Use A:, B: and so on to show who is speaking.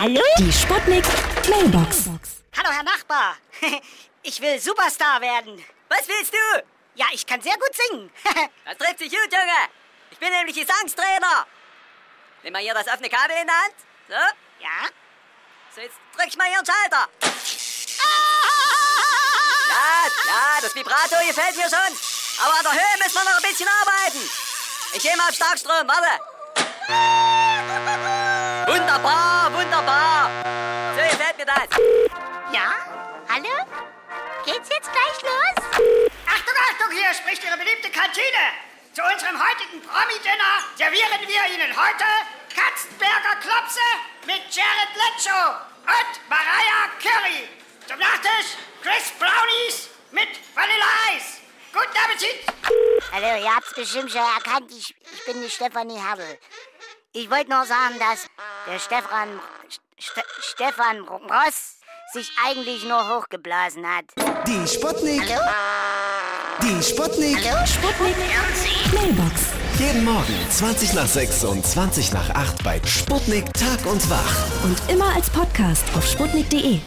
A: Hallo?
B: Die Sputnik Mailbox.
C: Hallo, Herr Nachbar. Ich will Superstar werden.
D: Was willst du?
C: Ja, ich kann sehr gut singen.
D: Das trifft sich gut, Junge. Ich bin nämlich Gesangstrainer. Nimm mal hier das offene Kabel in der Hand. So,
C: Ja?
D: so jetzt drück ich mal hier einen Schalter.
C: Ah!
D: Ja, ja, das Vibrato gefällt mir schon. Aber an der Höhe müssen wir noch ein bisschen arbeiten. Ich gehe mal auf Starkstrom, warte. Wunderbar, wunderbar. So gefällt mir das.
A: Ja? Hallo? Geht's jetzt gleich los?
E: Achtung, Achtung, hier spricht Ihre beliebte Kantine. Zu unserem heutigen Promi-Dinner servieren wir Ihnen heute Katzenberger Klopse mit Jared Leto und Mariah Curry. Zum Nachtisch Chris Brownies mit Vanilleeis. Guten Appetit!
A: Hallo, ihr habt's bestimmt schon erkannt, ich, ich bin die Stefanie Hertel. Ich wollte nur sagen, dass der Stefan, Ste, Stefan Ross sich eigentlich nur hochgeblasen hat.
F: Die Sputnik. Die Sputnik.
B: Sputnik Mailbox.
F: Jeden Morgen 20 nach 6 und 20 nach 8 bei Sputnik Tag und Wach.
B: Und immer als Podcast auf sputnik.de.